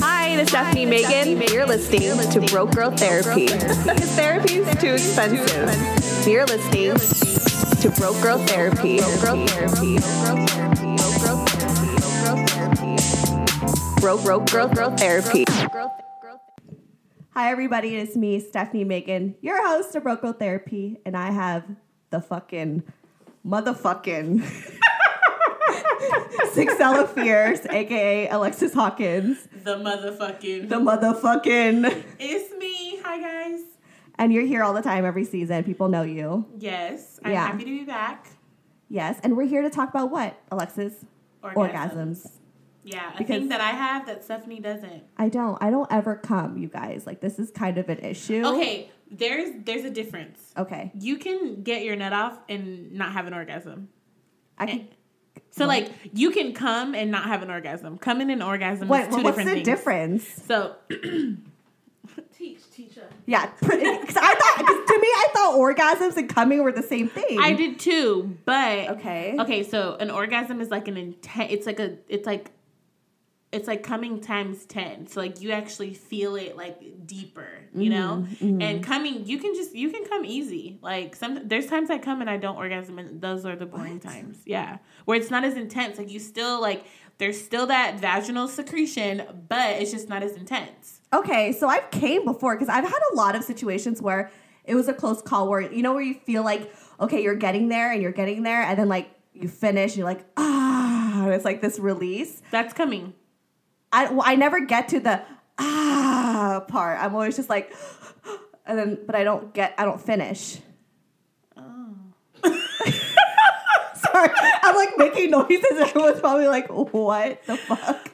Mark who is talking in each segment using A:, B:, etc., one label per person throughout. A: Hi, this is Stephanie Megan. You're listening to Broke Girl Therapy. Because therapy is too expensive. You're listening to Broke Girl Therapy. Broke Broke Girl Girl Therapy. Hi, everybody. It's me, Stephanie Megan, your host of Broke Girl Therapy, and I have the fucking motherfucking Sixella Fierce, aka Alexis Hawkins.
B: The motherfucking.
A: the motherfucking
B: it's me. Hi, guys.
A: and you're here all the time every season people know you
B: Yes, I'm
A: Yeah.
B: happy to be back.
A: yes and we're here to talk about what alexis orgasms,
B: Yeah, a
A: Because-
B: thing that I have that Stephanie doesn't.
A: i don't i don't ever come you guys like this is kind of an issue
B: Okay, there's there's a difference.
A: okay
B: You can get your nut off and not have an orgasm.
A: i can
B: So like you can come and not have an orgasm. Come in an orgasm
A: what,
B: is two
A: what's the
B: different things.
A: difference
B: So teach teacher.
A: yeah because i thought 'cause to me i thought orgasms and coming were the same thing
B: I did too, but
A: okay
B: Okay, so an orgasm is like an intent. It's like a. It's like. It's like coming times ten. So like you actually feel it like deeper, you know. And coming, you can just you can come easy. Like some there's times I come and I don't orgasm, and those are the boring times. Yeah, where it's not as intense. Like you still like there's still that vaginal secretion, but it's just not as intense.
A: Okay, so I've came before because I've had a lot of situations where it was a close call where you know where you feel like okay, you're getting there and you're getting there, and then like you finish, and you're like ah, and it's like this release.
B: That's coming.
A: I well, I never get to the ah part. I'm always just like, and then but I don't get I don't finish.
B: Oh.
A: Sorry, I'm like making noises. and Everyone's probably like, what the fuck?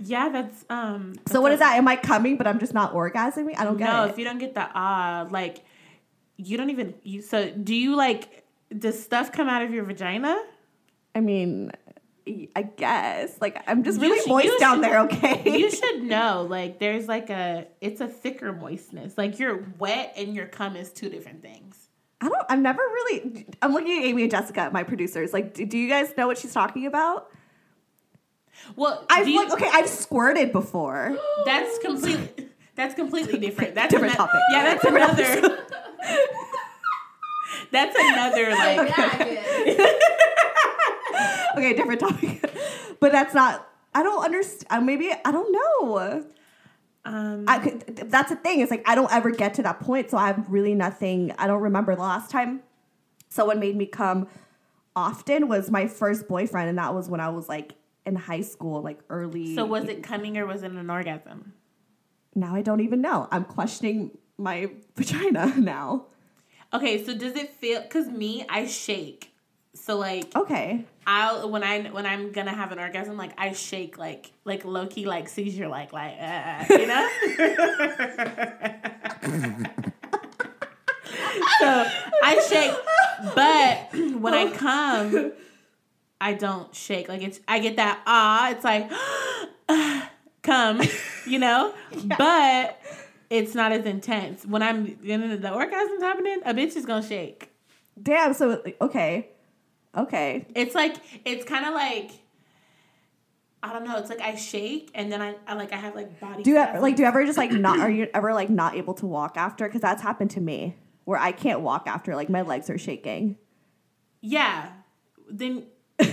B: Yeah, that's um.
A: So what is that? Am I coming? But I'm just not orgasming. I don't get
B: no,
A: it.
B: if you don't get the ah, like you don't even you so do you like does stuff come out of your vagina?
A: I mean, I guess. Like, I'm just
B: You
A: really
B: sh-
A: moist
B: you
A: down
B: should-
A: there, okay?
B: You should know, like there's like a it's a thicker moistness. Like you're wet and your cum is two different things.
A: I don't, I've never really, I'm looking at Amy and Jessica, my producers. Like, do, do you guys know what she's talking about?
B: Well,
A: I've,
B: do you-
A: like, okay, I've squirted before.
B: that's completely that's completely different. That's
A: Different
B: ano-
A: topic.
B: Yeah, that's
A: Different
B: another. that's another like
A: Okay, different topic. but that's not, I don't understand. Maybe, I don't know.
B: um
A: I could, th- that's the thing. It's like I don't ever get to that point, so I have really nothing. I don't remember the last time someone made me come often was my first boyfriend, and that was when I was like in high school, like early.
B: so was it coming or was it an orgasm?
A: Now I don't even know. I'm questioning my vagina now.
B: Okay, so does it feel cuz me I shake. So like
A: Okay.
B: I'll when I when I'm gonna have an orgasm, like I shake, like like low key, like seizure, like like uh, you know. so I shake, but when I come, I don't shake. Like it's I get that ah. It's like come, you know, but. It's not as intense. When I'm when the orgasm's happening, a bitch is gonna shake.
A: Damn. So okay. Okay.
B: It's like it's kind of like I don't know. It's like I shake and then I, I like I have like body.
A: Do you ever,
B: spasms.
A: like do you ever just like not are you ever like not able to walk after? Because that's happened to me where I can't walk after. Like my legs are shaking.
B: yeah. Then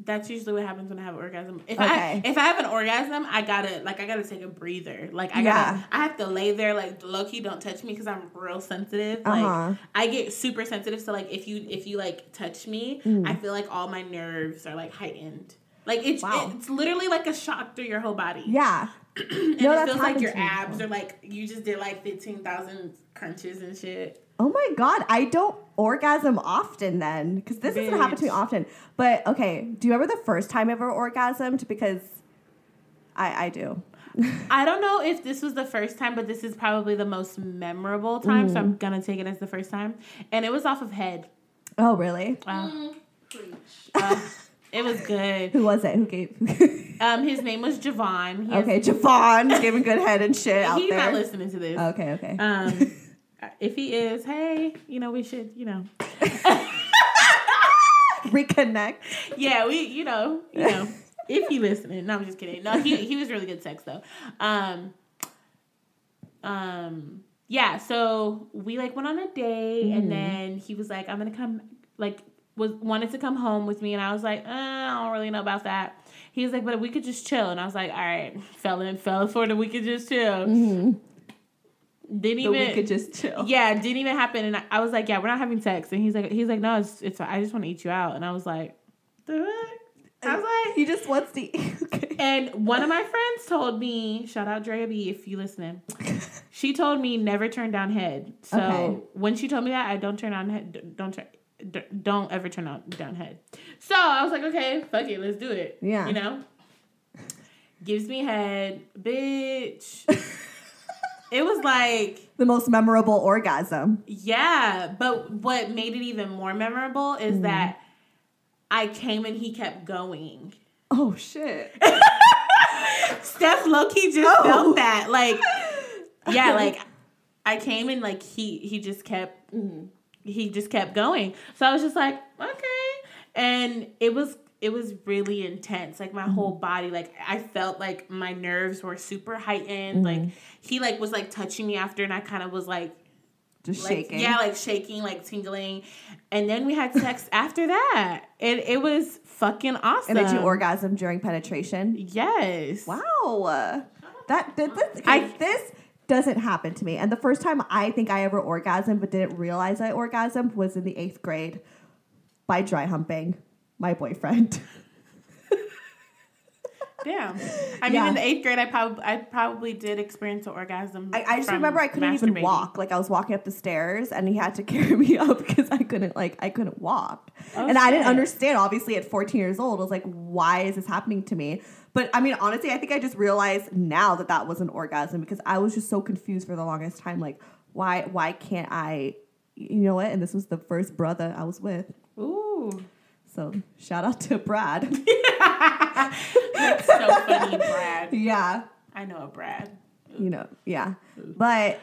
B: that's usually what happens when I have an orgasm. If
A: Okay.
B: I if I have an orgasm, I gotta like I gotta take a breather. Like I
A: Yeah.
B: gotta I have to lay there like low key. Don't touch me because I'm real sensitive.
A: Uh-huh.
B: Like I get super sensitive. So like if you if you like touch me,
A: Mm.
B: I feel like all my nerves are like heightened. Like it's
A: Wow.
B: it's literally like a shock through your whole body.
A: Yeah.
B: And
A: No,
B: it
A: that's
B: feels like
A: happened
B: your
A: to me
B: abs
A: before.
B: are like you just did like fifteen thousand crunches and shit.
A: Oh my god, I don't orgasm often then because this doesn't happen to me
B: Bitch.
A: often. But okay, do you remember the first time I ever orgasmed? Because I, I do.
B: I don't know if this was the first time, but this is probably the most memorable time, so
A: Mm.
B: I'm gonna take it as the first time. And it was off of head.
A: Oh, really?
B: Wow.
C: Preach.
B: It was good.
A: Who was it? Who gave?
B: Um, his name was Javon. He has-
A: okay, Javon giving good head and shit out
B: he's not
A: there. Oh.
B: listening to this.
A: Okay, okay.
B: Um, if he is, hey, you know, we should, you know,
A: Reconnect.
B: yeah, we, you know, you know, if he listening. No, I'm just kidding. No, he he was really good sex though. Um, um, yeah. So we like went on a date,
A: Mm-hmm.
B: and then he was like, "I'm gonna come," like was wanted to come home with me, and I was like, uh, "I don't really know about that." He was like, "But we could just chill," and I was like, "All right, fell in, fell for the we could just chill." Didn't
A: So
B: even
A: Mm-hmm. we could just chill.
B: yeah, it didn't even happen. And I, I was like, yeah, we're not having sex. And he's like, he's like, no, it's, it's I just want to eat you out. And I was like, the heck? I was like,
A: He just wants to. okay.
B: and one of my friends told me, shout out Drea B if you listening. She told me never turn down head. So
A: Okay.
B: when she told me that, I don't turn on head. d- Don't turn. d- Don't ever turn on down head. So I was like, okay, fuck it, let's do it.
A: Yeah.
B: you know. Gives me head, bitch. it was like
A: The most memorable orgasm.
B: yeah, but what made it even more memorable is
A: Mm-hmm.
B: that I came and he kept going.
A: Oh shit.
B: Steph Loki just
A: Oh.
B: felt that. Like yeah, like I came and like he he just kept
A: Mm-hmm.
B: he just kept going. So I was just like, okay. And it was it was really intense. Like my whole
A: Mm-hmm.
B: body like I felt like my nerves were super heightened.
A: Mm-hmm.
B: Like he like was like touching me after and I kind of was like
A: Just
B: like,
A: shaking.
B: Yeah, like shaking, like tingling. And then we had sex after that. And it was fucking awesome.
A: and did you orgasm during penetration?
B: Yes.
A: Wow. That did this.
B: I-
A: this doesn't happen to me. And the first time I think I ever orgasmed but didn't realize I orgasmed was in the eighth grade by dry humping my boyfriend.
B: Damn. I mean,
A: Yeah.
B: in the eighth grade, I probably I probably did experience an orgasm.
A: I, I just
B: from
A: remember I couldn't even
B: masturbating.
A: walk. Like I was walking up the stairs and he had to carry me up because I couldn't like I couldn't walk. and I didn't
B: Oh, shit.
A: understand obviously at 14 years old. I was like, why is this happening to me? But I mean honestly, I think I just realized now that that was an orgasm because I was just so confused for the longest time like why why can't I you know what? And this was the first brother I was with.
B: Ooh.
A: So shout out to Brad.
B: That's so funny, Brad.
A: yeah.
B: I know a Brad.
A: you know, yeah. But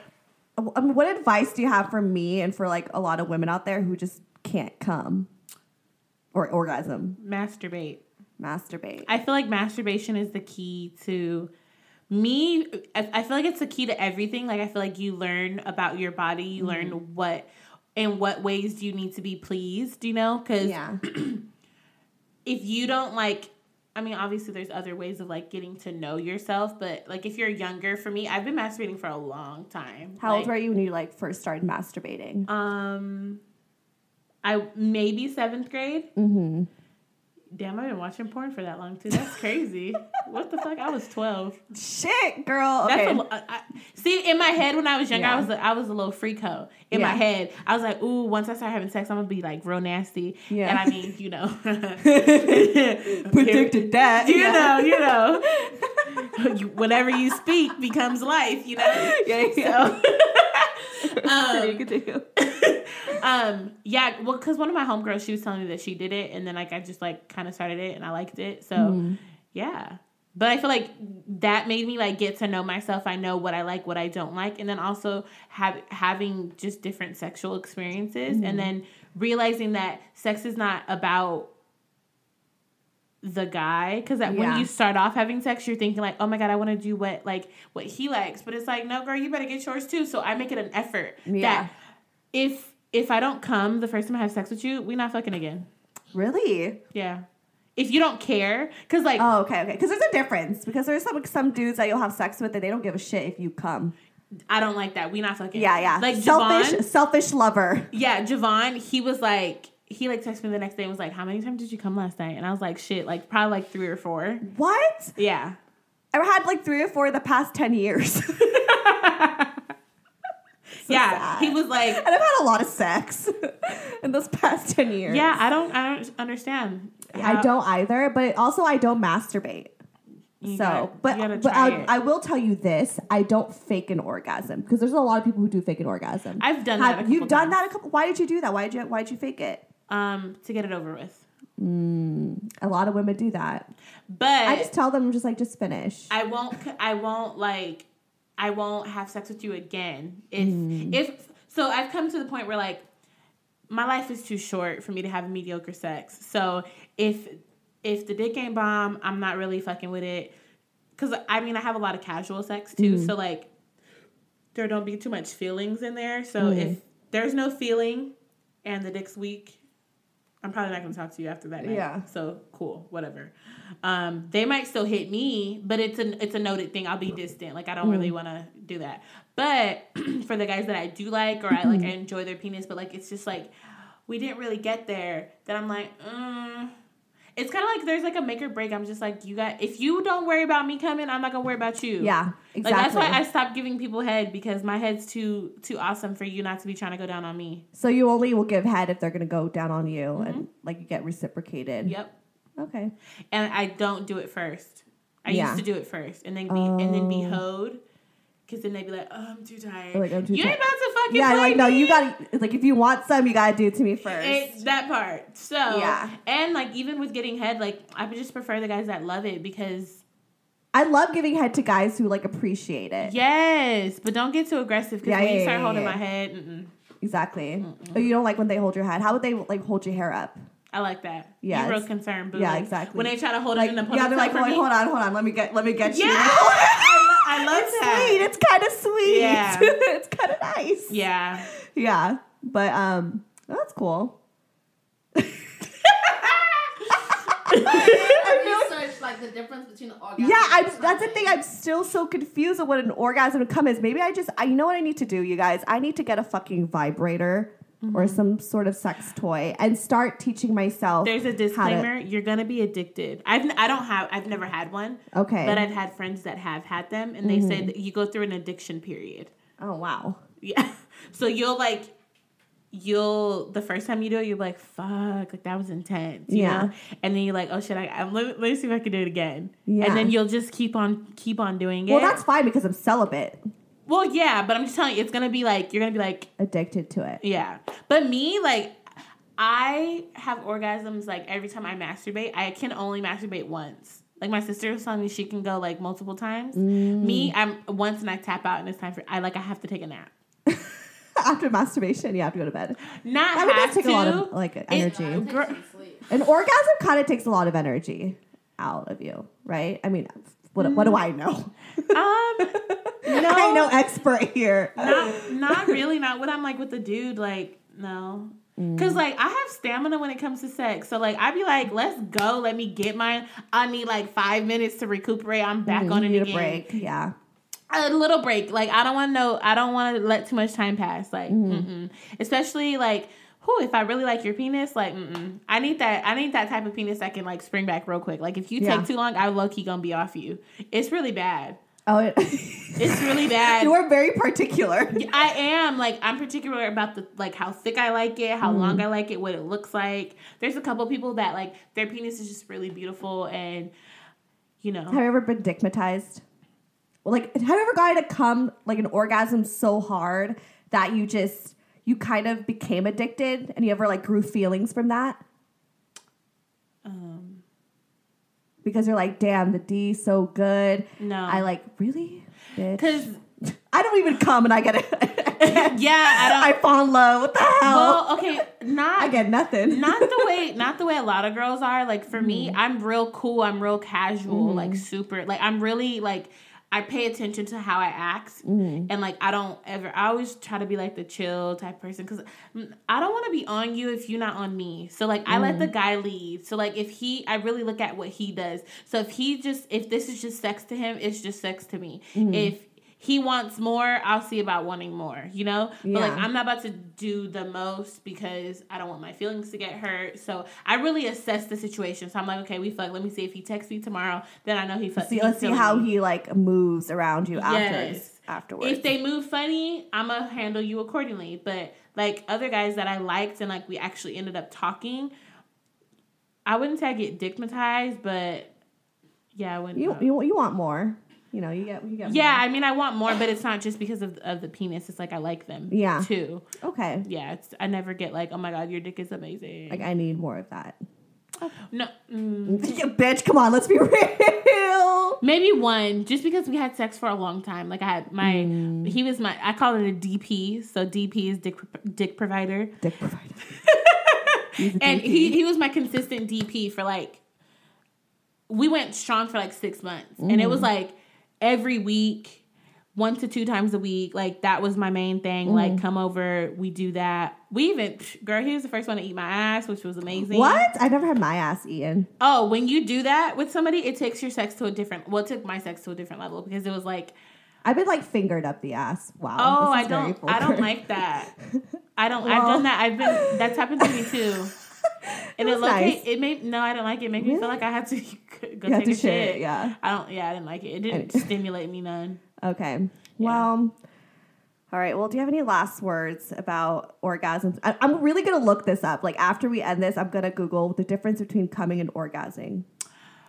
A: I mean, what advice do you have for me and for like a lot of women out there who just can't come or orgasm,
B: Masturbate.
A: masturbate?
B: I feel like masturbation is the key to me. I, I feel like it's the key to everything. Like I feel like you learn about your body. You
A: Mm-hmm.
B: learn what in what ways do you need to be pleased. You know, because
A: yeah,
B: if you don't like I mean, obviously, there's other ways of like getting to know yourself, but like if you're younger, for me, I've been masturbating for a long time.
A: how old were you when you like first started masturbating?
B: Um, I maybe seventh grade.
A: mm-hmm.
B: Damn, I've been watching porn for that long too. That's crazy. what the fuck? I was twelve.
A: Shit, girl.
B: Um, That's
A: Okay,
B: a lo- I, I, see in my head when I was younger,
A: Yeah.
B: I was a, I was a little freak hoe. In my
A: Yeah.
B: head, I was like, "Ooh, once I start having sex, I'm gonna be like real nasty."
A: Yeah.
B: And I mean, you know,
A: predicted that.
B: You
A: yeah.
B: know, you know, You- whatever you speak becomes life. You know.
A: Yeah, yeah. Continue, continue.
B: Um. Yeah. Well, because one of my homegirls, she was telling me that she did it, and then like I just like kind of started it, and I liked it. So, yeah. But I feel like that made me like get to know myself. I know what I like, what I don't like, and then also have having just different sexual experiences, and then realizing that sex is not about the guy because
A: Yeah.
B: when you start off having sex you're thinking like oh my god i want to do what like what he likes but it's like no girl you better get yours too so i make it an effort
A: Yeah.
B: that if if I don't come the first time I have sex with you, we not fucking again.
A: Really?
B: Yeah. If you don't care, because like
A: Oh, okay, okay. Because there's a difference. Because there's some some dudes that you'll have sex with and they don't give a shit if you come.
B: I don't like that. We not fucking.
A: Yeah, yeah.
B: Like
A: selfish,
B: Javon.
A: selfish lover.
B: Yeah, Javon. He was like. He like texted me the next day and was like, "How many times did you come last night?" And I was like, "Shit, like probably like three or four.
A: What?
B: Yeah,
A: I've had like three or four the past 10 years. and
B: yeah."
A: sad.
B: He was like,
A: I've had a lot of sex in those past 10 years.
B: "Yeah, I don't, I don't understand.
A: I
B: how-
A: don't either, but also I don't masturbate.
B: You
A: so,
B: gotta-
A: but
B: you gotta
A: but
B: try
A: I,
B: it.
A: I will tell you this: I don't fake an orgasm because there's a lot of people who do fake an orgasm.
B: I've done
A: Have-
B: that. A couple
A: you've done that
B: times.
A: a couple. Why did you do that? Why did you Why did you fake it?
B: um to get it over with.
A: A lot of women do that.
B: But
A: I just tell them, I'm just like, just finish.
B: I won't. c- I won't like. I won't have sex with you again. If if so, I've come to the point where like my life is too short for me to have mediocre sex. So if if the dick ain't bomb, I'm not really fucking with it. Cause I mean, I have a lot of casual sex too. So like, there don't be too much feelings in there. So
A: Mm-hmm.
B: if there's no feeling and the dick's weak, I'm probably not gonna talk to you after that night.
A: Yeah.
B: So cool, whatever. Um, they might still hit me, but it's a it's a noted thing. I'll be distant. Like I don't
A: Mm.
B: really want to do that. But for the guys that I do like or I
A: Mm-hmm.
B: like, I enjoy their penis. But like, it's just like we didn't really get there. Then I'm like, mm. it's kind of like there's like a make or break. I'm just like, you got if you don't worry about me coming, I'm not gonna worry about you.
A: yeah, exactly.
B: Like that's why I stopped giving people head because my head's too too awesome for you not to be trying to go down on me.
A: so you only will give head if they're gonna go down on you and like you get reciprocated.
B: Mm-hmm. Yep.
A: Okay.
B: And I don't do it first. I
A: Yeah. Oh.
B: used to do it first and then be and then be hoed. Cause then they'd be like, "Oh, I'm too tired.
A: Like, I'm too
B: you ain't
A: tired.
B: about to fucking
A: Yeah,
B: play
A: like no,
B: me.
A: you gotta like if you want some, you gotta do it to me first.
B: It's that part. So
A: Yeah.
B: and like even with getting head, like I would just prefer the guys that love it because
A: I love giving head to guys who like appreciate it.
B: yes, but don't get too aggressive because
A: Yeah,
B: when you
A: yeah,
B: start
A: yeah,
B: holding
A: yeah.
B: my head, mm-mm,
A: Exactly. Or you don't like when they hold your head. How would they like hold your hair up?
B: I like that.
A: Yes.
B: you real concerned, boo.
A: Yeah,
B: Like,
A: exactly.
B: When they try to hold
A: Like
B: it in a ponytail
A: yeah, they're like,
B: for
A: "Wait,
B: me,
A: hold on, hold on, let me get let me get
B: Yeah,
A: you.
B: I, lo- I love
A: it's
B: that.
A: sweet. It's kind of sweet.
B: Yeah.
A: it's kind of nice.
B: Yeah,
A: Yeah, but um, that's cool.
C: research like the difference between the orgasm.
A: Yeah,
C: and
A: I'm,
C: the
A: that's the thing.
C: something.
A: I'm still so confused on what an orgasm to come is. Maybe I just, I you know what I need to do, you guys. I need to get a fucking vibrator or
B: Mm-hmm.
A: some sort of sex toy and start teaching myself.
B: there's
A: how
B: a
A: to-
B: disclaimer. You're gonna be addicted. I've n- I don't have I've never had one,
A: okay. Mm-hmm.
B: but I've had friends that have had them, and they say that you go through an addiction period.
A: oh wow.
B: Yeah. So you'll like you'll the first time you do it, you're like, fuck, like that was intense. You
A: Yeah.
B: know? And then you're like, oh shit, I I'm, let, me, let me see if I can do it again.
A: Yeah.
B: And then you'll just keep on keep on doing it.
A: Well, that's fine because I'm celibate,
B: well yeah, but I'm just telling you, it's gonna be like you're gonna be like,
A: addicted to it.
B: yeah. But me, like I have orgasms like every time I masturbate. I can only masturbate once. Like my sister was telling me she can go like multiple times.
A: Mm.
B: Me, I'm once and I tap out and it's time for I like I have to take a nap.
A: After masturbation, you have to go to bed.
B: Not
A: That would
B: have
A: just take
B: to um,
A: a lot of like energy.
C: It takes
B: Girl-
C: you to sleep.
A: An orgasm kind of takes a lot of energy out of you, right? I mean, what, what
B: Mm.
A: do I know?
B: Um,
A: I ain't no expert here.
B: not, not really. Not what I'm like with the dude. Like, no.
A: Mm.
B: Cause like I have stamina when it comes to sex, so like I'd be like, "Let's go, let me get mine." I need like five minutes to recuperate. I'm back on
A: Mm-hmm. you
B: it
A: need a
B: again.
A: break. Yeah.
B: A little break. Like I don't want to know. I don't want to let too much time pass. Like,
A: Mm-hmm.
B: mm-mm. especially like, who if I really like your penis, like, mm-mm. I need that. I need that type of penis that can like spring back real quick. Like if you
A: Yeah.
B: take too long, I'm low key gonna be off you. It's really bad.
A: Oh, it-
B: It's really bad.
A: you are very particular.
B: I am like I'm particular about the like how thick I like it, how long
A: Mm-hmm.
B: I like it, what it looks like. There's a couple people that like their penis is just really beautiful and you
A: Have
B: know.
A: you ever been dickmatized? Well, like, have you ever gotten to come like an orgasm so hard that you just you kind of became addicted, and you ever like grew feelings from that?
B: Um,
A: Because you're like, damn, the D so good.
B: No.
A: I like really. Bitch?
B: Cause
A: I don't even come, and I get it.
B: yeah, I don't
A: I fall in love. What the hell?
B: well, okay, not
A: I get nothing.
B: not the way not the way a lot of girls are like for me i'm real cool i'm real casual like super like i'm really like i pay attention to how i act and like i don't ever i always try to be like the chill type person because i don't want to be on you if you're not on me so like i let the guy lead so like if he i really look at what he does so if he just if this is just sex to him it's just sex to me if he wants more, I'll see about wanting more, you know? But like
A: Yeah.
B: I'm not about to do the most because I don't want my feelings to get hurt. So I really assess the situation. So I'm like, okay, we fuck. Let me see if he texts me tomorrow, then I know he fuck.
A: See,
B: he's
A: let's see
B: feeling
A: how
B: me.
A: he like moves around you afterwards.
B: Yes.
A: Afterwards,
B: If they move funny, I'ma handle you accordingly. But like other guys that I liked and like we actually ended up talking, I wouldn't say I get dickmatized, but Yeah, I wouldn't.
A: You,
B: know.
A: you you want more. You know, you get you get
B: yeah, I mean, I want more, but it's not just because of, of the penis. It's like I like them.
A: Yeah.
B: Too.
A: more. Okay.
B: Yeah, it's, I never get like, oh my god, your dick is amazing.
A: Like I need more of that.
B: no, mm,
A: Yeah, bitch, come on, let's be real.
B: maybe one, just because we had sex for a long time. Like I had my,
A: Mm.
B: he was my, I call it a DP. So DP is dick pro- dick provider,
A: Dick provider.
B: and he he was my consistent DP for like. We went strong for like six months, and it was
A: Mm.
B: like every week. One to two times a week, like that was my main thing.
A: Mm.
B: Like, come over, we do that. We even, girl, he was the first one to eat my ass, which was amazing.
A: What? I never had my ass eaten.
B: Oh, when you do that with somebody, it takes your sex to a different. Well, it took my sex to a different level because it was like,
A: I've been like fingered up the ass. Wow.
B: oh,
A: this
B: I
A: is very
B: don't, I don't
A: vulgar.
B: like that. I don't. I've
A: Well.
B: done that. I've been. That's happened to me too. And it,
A: was
B: low-key-
A: nice.
B: it made no, I didn't like it. It made me feel like I had to go
A: You
B: take
A: have
B: a
A: to
B: shit.
A: shit, yeah.
B: I don't. Yeah, I didn't like it. It didn't stimulate me none.
A: Okay. Well, all right. Well, do you have any last words about orgasms? I, I'm really going to look this up. Like, after we end this, I'm going to Google the difference between coming and orgasming.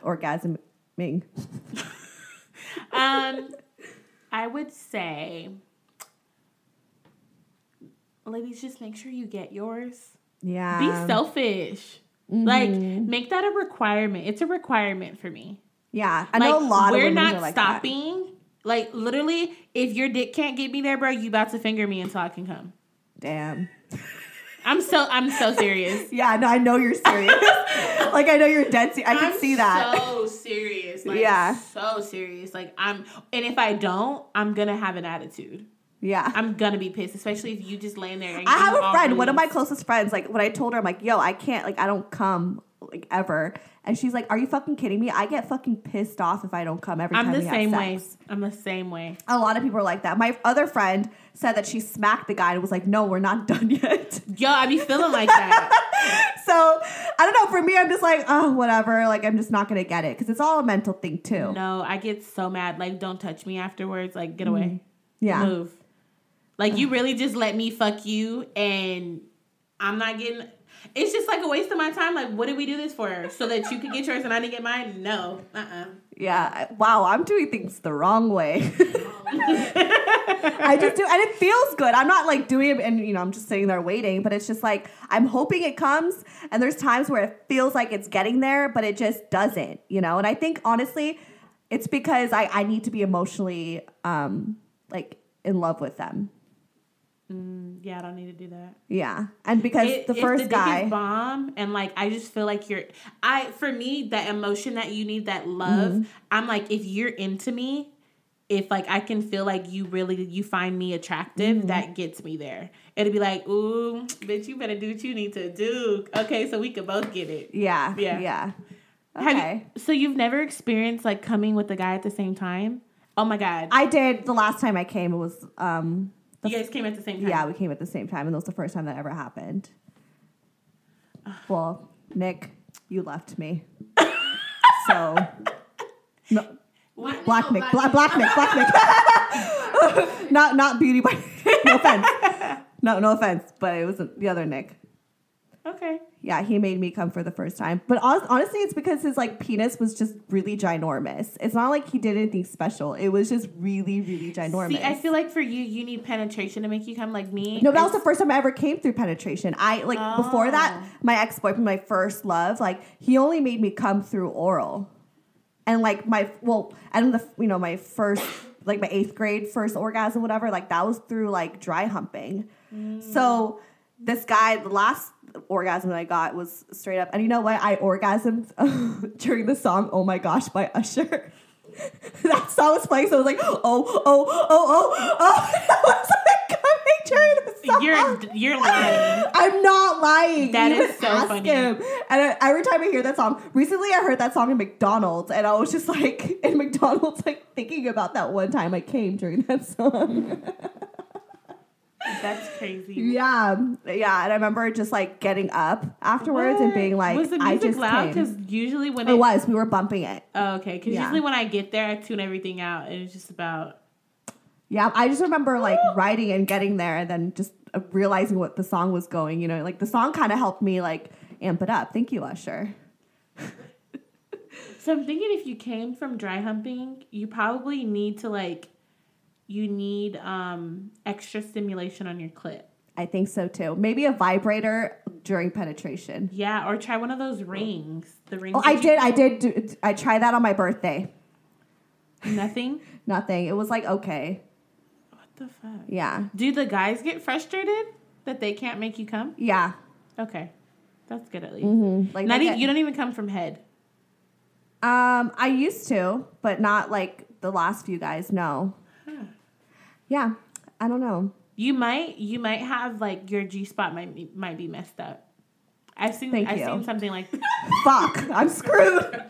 A: Orgasming.
B: Um, I would say, ladies, just make sure you get yours.
A: Yeah.
B: be selfish
A: mm-hmm.
B: like make that a requirement it's a requirement for me
A: Yeah. I
B: like
A: know a lot
B: we're
A: of women
B: not
A: are like that.
B: stopping like literally if your dick can't get me there bro you about to finger me until i can come
A: Damn.
B: i'm so i'm so serious
A: Yeah. No, I know you're serious. like, I know you're dead serious. I can
B: I'm
A: see that.
B: so serious like,
A: Yeah.
B: so serious like i'm and if i don't i'm gonna have an attitude
A: yeah.
B: i'm gonna be pissed especially if you just laying there and
A: I have
B: you
A: a
B: all
A: friend, one of my
B: really-
A: closest friends. Like when I told her, I'm like, "Yo, I can't. Like, I don't come like ever." And she's like, "Are you fucking kidding me? I get fucking pissed off if I don't come every
B: i'm
A: time."
B: the
A: we
B: same
A: have
B: way
A: sex.
B: i'm the same way
A: A lot of people are like that. My other friend said that she smacked the guy and was like, "No, we're not done yet."
B: yo i be feeling like that
A: so I don't know. For me, I'm just like, oh, whatever. Like I'm just not gonna get it because it's all a mental thing too.
B: no i get so mad like don't touch me afterwards like get away
A: yeah,
B: move. Like you really just let me fuck you and I'm not getting it's just like a waste of my time. Like what did we do this for? So that you could get yours and I didn't get mine? No. Uh uh
A: yeah. I- Wow, I'm doing things the wrong way. I just do, and it feels good. I'm not like doing it, and you know, I'm just sitting there waiting. But it's just like I'm hoping it comes. And there's times where it feels like it's getting there, but it just doesn't, you know. And I think honestly, it's because I I need to be emotionally um like in love with them,
B: Yeah, I don't need to do that.
A: yeah. And because
B: It-
A: the
B: if
A: first
B: dick is
A: guy,
B: bomb and like I just feel like you're I for me that emotion that you need that love.
A: Mm-hmm.
B: I'm like if you're into me, if like I can feel like you really you find me attractive,
A: Mm-hmm.
B: that gets me there. It'd be like, ooh, bitch, you better do what you need to do. Okay, so we could both get it.
A: yeah, yeah,
B: Yeah.
A: yeah. Okay.
B: Have you, so you've never experienced like coming with a guy at the same time? Oh my god,
A: I did the last time I came. It was um
B: you guys came at the same time.
A: yeah, we came at the same time, and that was the first time that ever happened. Well, Nick, you left me. so, no,
B: What?
A: black Nick, bla- black Nick, black Nick. not not beauty, but no offense. No, no offense, but it was the other Nick.
B: Okay.
A: Yeah, he made me come for the first time. But hon- honestly, it's because his like penis was just really ginormous. It's not like he did anything special. It was just really, really ginormous.
B: See, I feel like for you, you need penetration to make you come like me.
A: No, but that was
B: It's-
A: the first time I ever came through penetration. I like before that, my ex boyfriend, my first love, like he only made me come through oral, and like my well, and the you know my first like my eighth grade first orgasm, whatever, like that was through like dry humping. So this guy, the last orgasm that I got was straight up, and you know what? I orgasmed during the song "Oh My Gosh" by Usher. that song was playing, so I was like, oh, oh, oh, oh, oh. I was like coming during the song.
B: you're you're lying.
A: I'm not lying.
B: That
A: Even
B: is so
A: ask
B: funny.
A: Him. And I, every time I hear that song, recently I heard that song in McDonald's, and I was just like in McDonald's, like thinking about that one time I came during that song.
B: That's crazy.
A: yeah, yeah. And I remember just like getting up afterwards and
B: What?
A: being like,
B: was the
A: I
B: music
A: just
B: loud?
A: came.
B: Because usually when
A: It
B: it,
A: was. We were bumping it.
B: oh, okay, because
A: Yeah.
B: usually when I get there, I tune everything out, and it's just about
A: Yeah, I just remember like
B: Oh.
A: writing and getting there and then just uh, realizing what the song was going, you know, like the song kind of helped me like amp it up. Thank you, Usher.
B: So I'm thinking if you came from dry humping, you probably need to like you need um extra stimulation on your clit.
A: I think so too. Maybe a vibrator during penetration.
B: Yeah, or try one of those rings. The rings.
A: Oh, I
B: that
A: did. I did. Do, I tried that on my birthday.
B: you- Nothing.
A: Nothing. It was like okay.
B: What the fuck?
A: Yeah.
B: Do the guys get frustrated that they can't make you come?
A: Yeah.
B: Okay, that's good at least.
A: Like
B: Not
A: Mm-hmm. they
B: even,
A: get-
B: you don't even come from head.
A: Um, I used to, but not like the last few guys. No. Yeah, I don't know.
B: You might you might have like your G spot might be, might be messed up. I've seen
A: Thank
B: I've
A: you.
B: seen something like
A: Fuck, I'm screwed.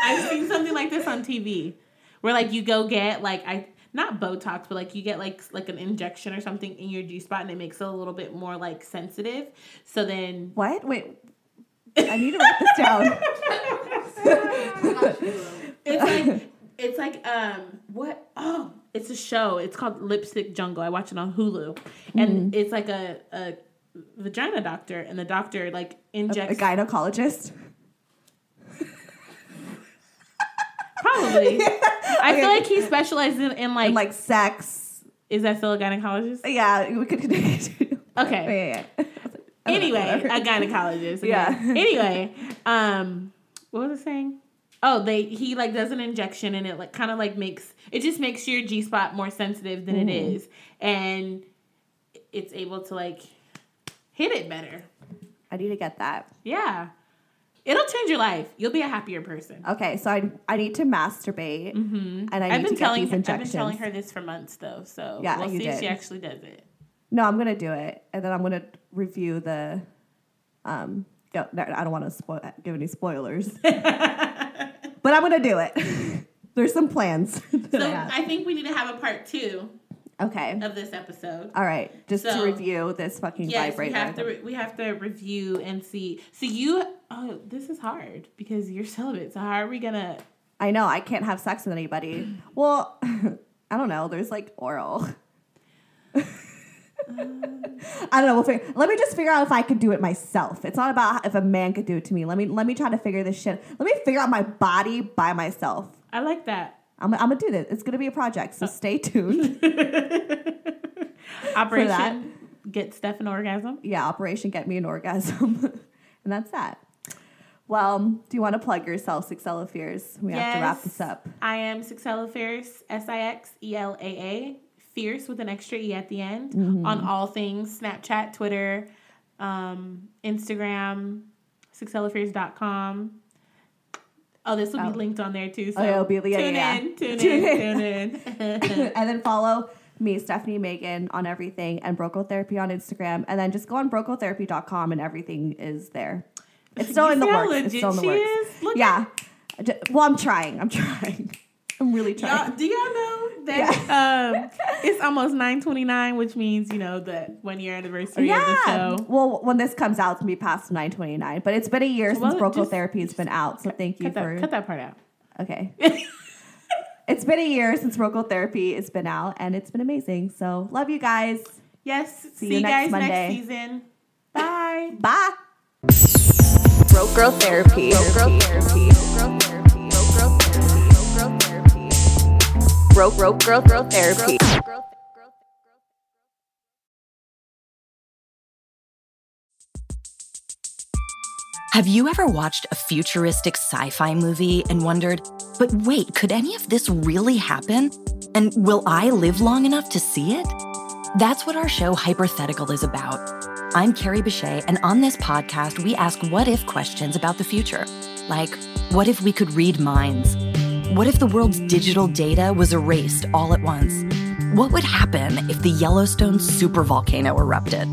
B: I've seen something like this on TV where like you go get like I not Botox but like you get like like an injection or something in your G spot and it makes it a little bit more like sensitive. So then
A: What? Wait, I need to write this down.
B: it's like it's like um what oh it's a show it's called lipstick jungle i watch it on hulu
A: Mm.
B: and it's like a, a vagina doctor and the doctor like
A: A
B: injects
A: gynecologist.
B: probably i
A: Okay.
B: feel like he specializes in, in, like,
A: And like sex.
B: is that still a gynecologist
A: Yeah, we could continue.
B: okay
A: Yeah, yeah,
B: anyway, a gynecologist. okay.
A: Yeah.
B: Anyway, um, what was I saying? Oh, they he like does an injection and it like kind of like makes it just makes your G spot more sensitive than it
A: Mm-hmm.
B: is, and it's able to like hit it better.
A: I need to get that.
B: Yeah, it'll change your life. You'll be a happier person.
A: Okay, so I I need to masturbate, mm-hmm. and I need
B: I've been
A: to
B: telling
A: get these
B: her, I've
A: injections.
B: been telling her this for months though, so
A: Yeah,
B: we'll
A: you
B: see if she
A: did.
B: actually does it.
A: No, I'm gonna do it, and then I'm gonna review the. Um, go, no, I don't want to spoil, give any spoilers, but I'm gonna do it. There's some plans. that I
B: So
A: have.
B: I think we need to have a part two
A: okay.
B: of this episode.
A: All right. Just to
B: So-
A: review this fucking
B: Yes, we
A: vibrator.
B: have to. Re- we have to review and see. So you, oh, this is hard because you're celibate. So how are we gonna?
A: I know I can't have sex with anybody. Well, I don't know. There's like oral. I don't know. We'll figure, let me just figure out if I could do it myself. It's not about if a man could do it to me. Let me let me try to figure this shit. Let me figure out my body by myself.
B: I like that.
A: I'm, I'm gonna do this. It's gonna be a project. So stay tuned.
B: Operation
A: that.
B: get Steph an orgasm.
A: yeah, Operation Get Me an Orgasm, and that's that. Well, do you want to plug yourself, Sixelafears? We have to wrap
B: Yes.
A: this up.
B: I am Sixella Fierce, S I X E L A A, Fierce with an extra E at the end
A: Mm-hmm.
B: on all things Snapchat, Twitter, um, Instagram, sixellafierce.com. Oh, this will be linked on there too. So
A: Oh, it'll be- yeah,
B: tune,
A: yeah,
B: in,
A: yeah.
B: tune,
A: Tune
B: in, tune in.
A: and then follow me, Stephanie Megan, on everything and Brocal Therapy on Instagram. And then just go on brocaltherapy.com and everything is there. It's still
B: You
A: in the
B: see how
A: works. It's
B: legit
A: still in the
B: she
A: works.
B: is? Look
A: yeah. I ju- Well, I'm trying. I'm trying. I'm really trying.
B: Y'all, uh, do y'all know that um, it's almost nine twenty nine, which means you know the one year anniversary
A: Yeah.
B: of the show.
A: Well, when this comes out, it's gonna be past 929. But it's been a year
B: Well,
A: since Brocal
B: just-
A: Therapy has been out. So thank you
B: Cut
A: for
B: that, cut that part out.
A: Okay. it's been a year since Brocal Therapy has been out and it's been amazing. So love you guys.
B: Yes. See,
A: you
B: you
A: next
B: guys
A: Monday.
B: next season. Bye.
A: Bye.
D: Broke girl therapy. Broke girl therapy. Broke broke girl girl therapy.
E: Have you ever watched a futuristic sci fi movie and wondered, but wait, could any of this really happen? And will I live long enough to see it? That's what our show Hypothetical is about. I'm Carrie Bechet, and on this podcast, we ask what if questions about the future. Like, what if we could read minds? What if the world's digital data was erased all at once? What would happen if the Yellowstone supervolcano erupted?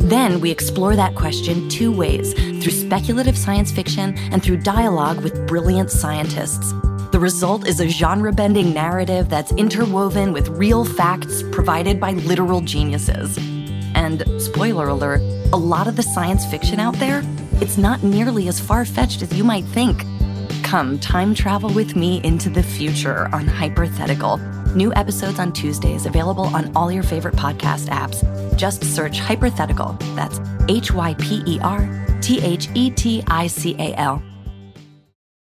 E: Then we explore that question two ways through speculative science fiction and through dialogue with brilliant scientists. The result is a genre bending narrative that's interwoven with real facts provided by literal geniuses. And spoiler alert, a lot of the science fiction out there, it's not nearly as far fetched as you might think. Come time travel with me into the future on Hypothetical. New episodes on Tuesdays available on all your favorite podcast apps. Just search Hypothetical. That's H Y P E R T H E T I C A L.